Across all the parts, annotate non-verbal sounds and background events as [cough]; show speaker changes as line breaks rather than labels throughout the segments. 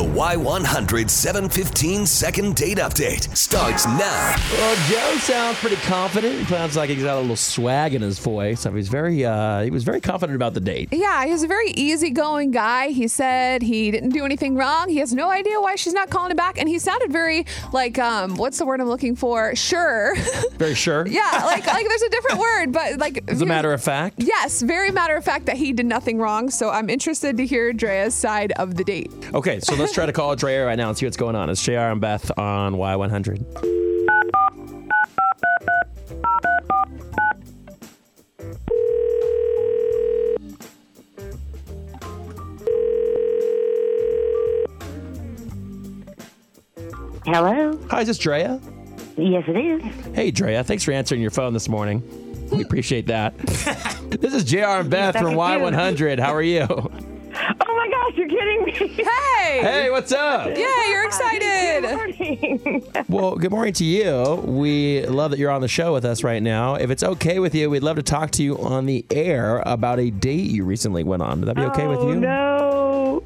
Y100 715 second date update starts now.
Well, Joe sounds pretty confident. He sounds like he's got a little swag in his voice. I mean, he's very, uh, he was very confident about the date.
Yeah, he's a very easygoing guy. He said he didn't do anything wrong. He has no idea why she's not calling him back, and he sounded very like um, what's the word I'm looking for? Sure. [laughs]
Very sure.
yeah, like like there's a different word, but like
As a matter of fact.
Yes, very matter of fact that he did nothing wrong. So I'm interested to hear Drea's side of the date.
Okay, so let's try to call Drea right now and see what's going on. It's JR and Beth on Y100.
Hello.
Hi, is this Drea?
Yes, it is.
Hey, Drea, thanks for answering your phone this morning. We appreciate that. this is JR and Beth from Y100. How are you?
Oh my gosh, you're kidding me!
Hey.
Hey, what's up?
Yeah, you're excited.
Morning.
Well, good morning to you. We love that you're on the show with us right now. If it's okay with you, we'd love to talk to you on the air about a date you recently went on. Would that be okay with
Oh
you?
no.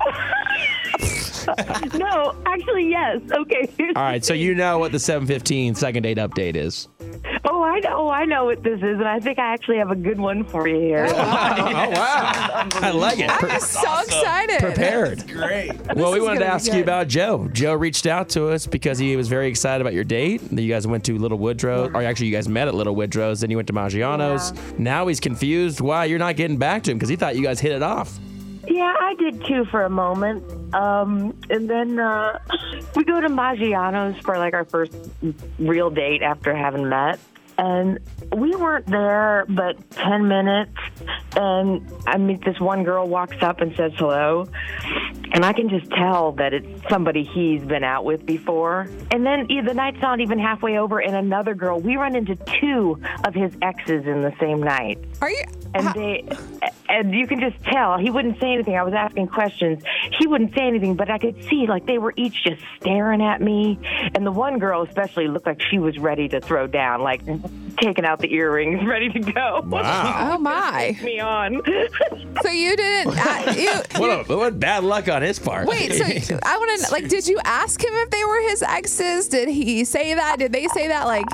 Oh, no, [laughs] actually, yes. Okay. here's
All right, so you know what the 715 second date update is.
the- Oh, I know. I know what this is, and I think I actually have a good one for you here.
Oh,
[laughs]
wow. I like it. Pre-
I'm so excited.
prepared.
Great.
Well, we
is
wanted to
gonna be
ask you
good.
about Joe. Joe reached out to us because he was very excited about your date. That you guys went to Little Woodrow, or actually, you guys met at Little Woodrow's, then you went to Maggiano's. Now he's confused why you're not getting back to him because he thought you guys hit it off.
Yeah, I did too for a moment. Um, and then uh, we go to Maggiano's for like our first real date after having met. And we weren't there but 10 minutes. And I meet this one girl walks up and says hello. And I can just tell that it's somebody he's been out with before. And then yeah, the night's not even halfway over, and another girl, we run into two of his exes in the same night
Are you?
and they and you can just tell he wouldn't say anything i was asking questions he wouldn't say anything but i could see like they were each just staring at me and the one girl especially looked like she was ready to throw down like taking out the earrings [laughs] ready to go
Oh my!
me on [laughs]
So you didn't? Uh, you,
What, a, what bad luck on his part.
Wait,
[laughs]
so I want to like, did you ask him if they were his exes? Did he say that? Did they say that? Like,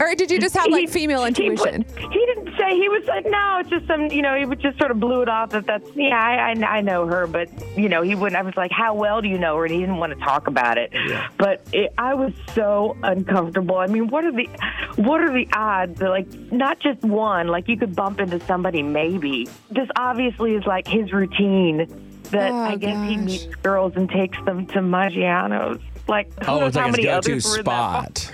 or did you just have like female
Uh, he put-
intuition?
He, didn't say. He was like, no, it's just some, you know, he would just sort of blew it off that that's, yeah, I, I, I know her, but, you know, he wouldn't. I was like, how well do you know her? And he didn't want to talk about it. But it, I was so uncomfortable. I mean, what are the, what are the odds? That, like, not just one, like you could bump into somebody maybe. This obviously is like his routine that
Oh,
I guess he
gosh.
meets girls and takes them to Maggiano's. Like, who
Oh,
knows
it's
how
like his
many
go-to
others were in that
spot.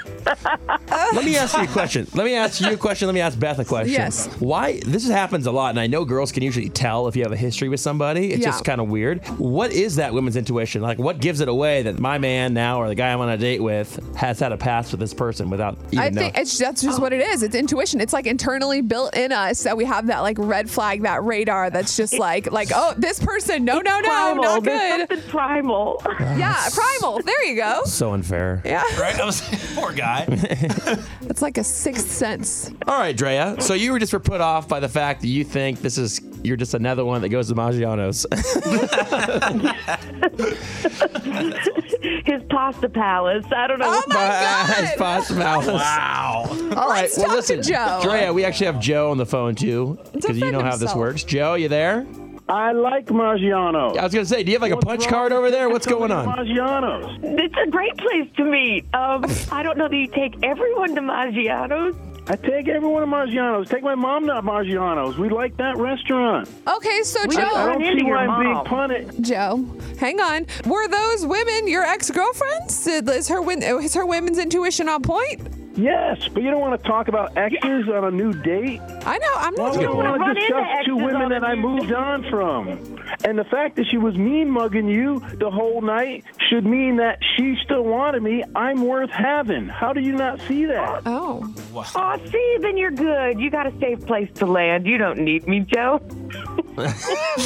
[laughs] Let me ask you a question. Let me ask you a question. Let me ask Beth a question.
Yes.
Why this happens a lot, and I know girls can usually tell if you have a history with somebody. It's
Yeah.
just kind of weird. What is that women's intuition? Like, what gives it away that my man now or the guy I'm on a date with has had a past with this person without even
I
knowing?
think it's that's just what it is. It's intuition. It's like internally built in us that we have that like red flag, that radar that's just like like oh this person no no no
primal.
not
There's
good.
something primal. [laughs]
Yeah, primal. There you go.
so unfair.
Yeah,
Right? I was [laughs] poor guy.
it's like a sixth sense.
All right, Drea. So you were just were put off by the fact that you think this is you're just another one that goes to Maggiano's. [laughs]
His pasta palace. I don't know.
Oh my
[laughs] It's
god.
possible.
Wow.
All right.
Let's
well,
talk to
listen,
Joe.
Drea, we actually have Joe on the phone too, because you
Defend
know how this
himself.
works. Joe, you there?
I like Maggiano.
I was gonna say, do you have like a punch card over there? What's going on?
Maggiano's.
It's a great place to meet. Um, I don't know that you take everyone to Maggiano's.
I take everyone to Maggiano's. Take my mom to Maggiano's. We like that restaurant.
Okay, so
We
I
Joe,
are-
don't
into
see why
your
I'm being
mom.
punted.
Joe, hang on. Were those women your ex girlfriends? Is her win- is her women's intuition on point?
Yes, but you don't want to talk about exes on a new date.
I know. I'm
Why
not.
would I
doing
wanna
want to
run into
discuss two
exes
women
on a
that I
new
moved on from? And the fact that she was mean mugging you the whole night should mean that she still wanted me. I'm worth having. How do you not see that?
Oh,
Oh, see, then you're good. You got a safe place to land. You don't need me, Joe.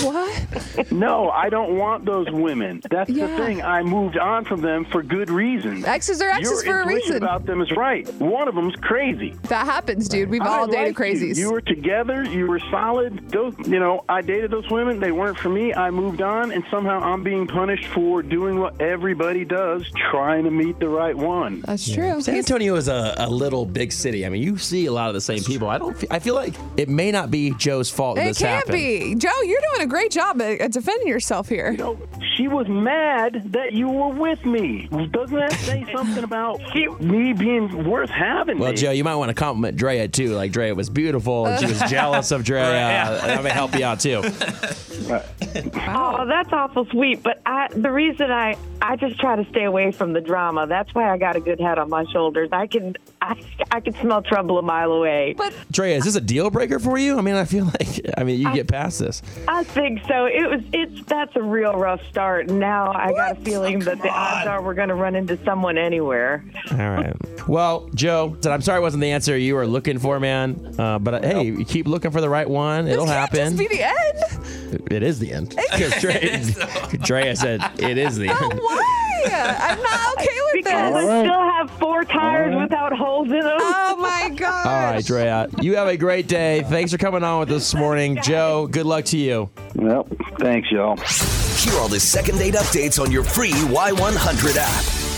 what?
No, I don't want those women. That's
Yeah.
the thing. I moved on from them for good reasons.
Exes are exes
Your
for a
intuition
reason.
about them is right. One of them's crazy.
That happens, dude. We've
I
all dated
liked
crazies.
You. you were together. You were solid. Those, you know, I dated those women. They weren't for me. I moved on, and somehow I'm being punished for doing what ev- everybody does, trying to meet the right one.
That's true.
San
He's-
Antonio is a, a little big city. I mean, you see a lot of the same people. I don't. fe- I feel like it may not be Joe's fault that
it
this
can't
happened.
be. Joe, you're doing a great job at, at defending yourself here.
No, She was mad that you were with me. Doesn't that say something about me being worth having?
Well,
me?
Joe, you might want to compliment Drea too. Like Drea was beautiful, and she
[laughs]
was jealous of Drea.
Yeah.
That may help you out too.
Oh, that's awful sweet. But I, the reason I, I just try to stay away from the drama. That's why I got a good head on my shoulders. I can, I, I can smell trouble a mile away.
But
Drea, is this a deal breaker for you? I mean, I feel like I mean you get past this.
I think so. It was, it's that's a real rough start. Now I got a feeling that the odds are we're going to run into someone anywhere.
All right. Well, Joe, said, I'm sorry it wasn't the answer you were looking for, man. Uh, but uh, hey, you keep looking for the right one. It'll
this can't
happen.
just be the
[laughs]
end.
it is the end. Because
[laughs]
Drea, [laughs] Drea said it is the
Oh,
end.
why? I'm not okay with
Because
this.
I still have four tires without holes in them.
Oh my god.
All right, Drea. You have a great day. Thanks for coming on with us this morning. Joe, good luck to you.
Yep. Thanks, y'all.
Hear all the second date updates on your free Y100 app.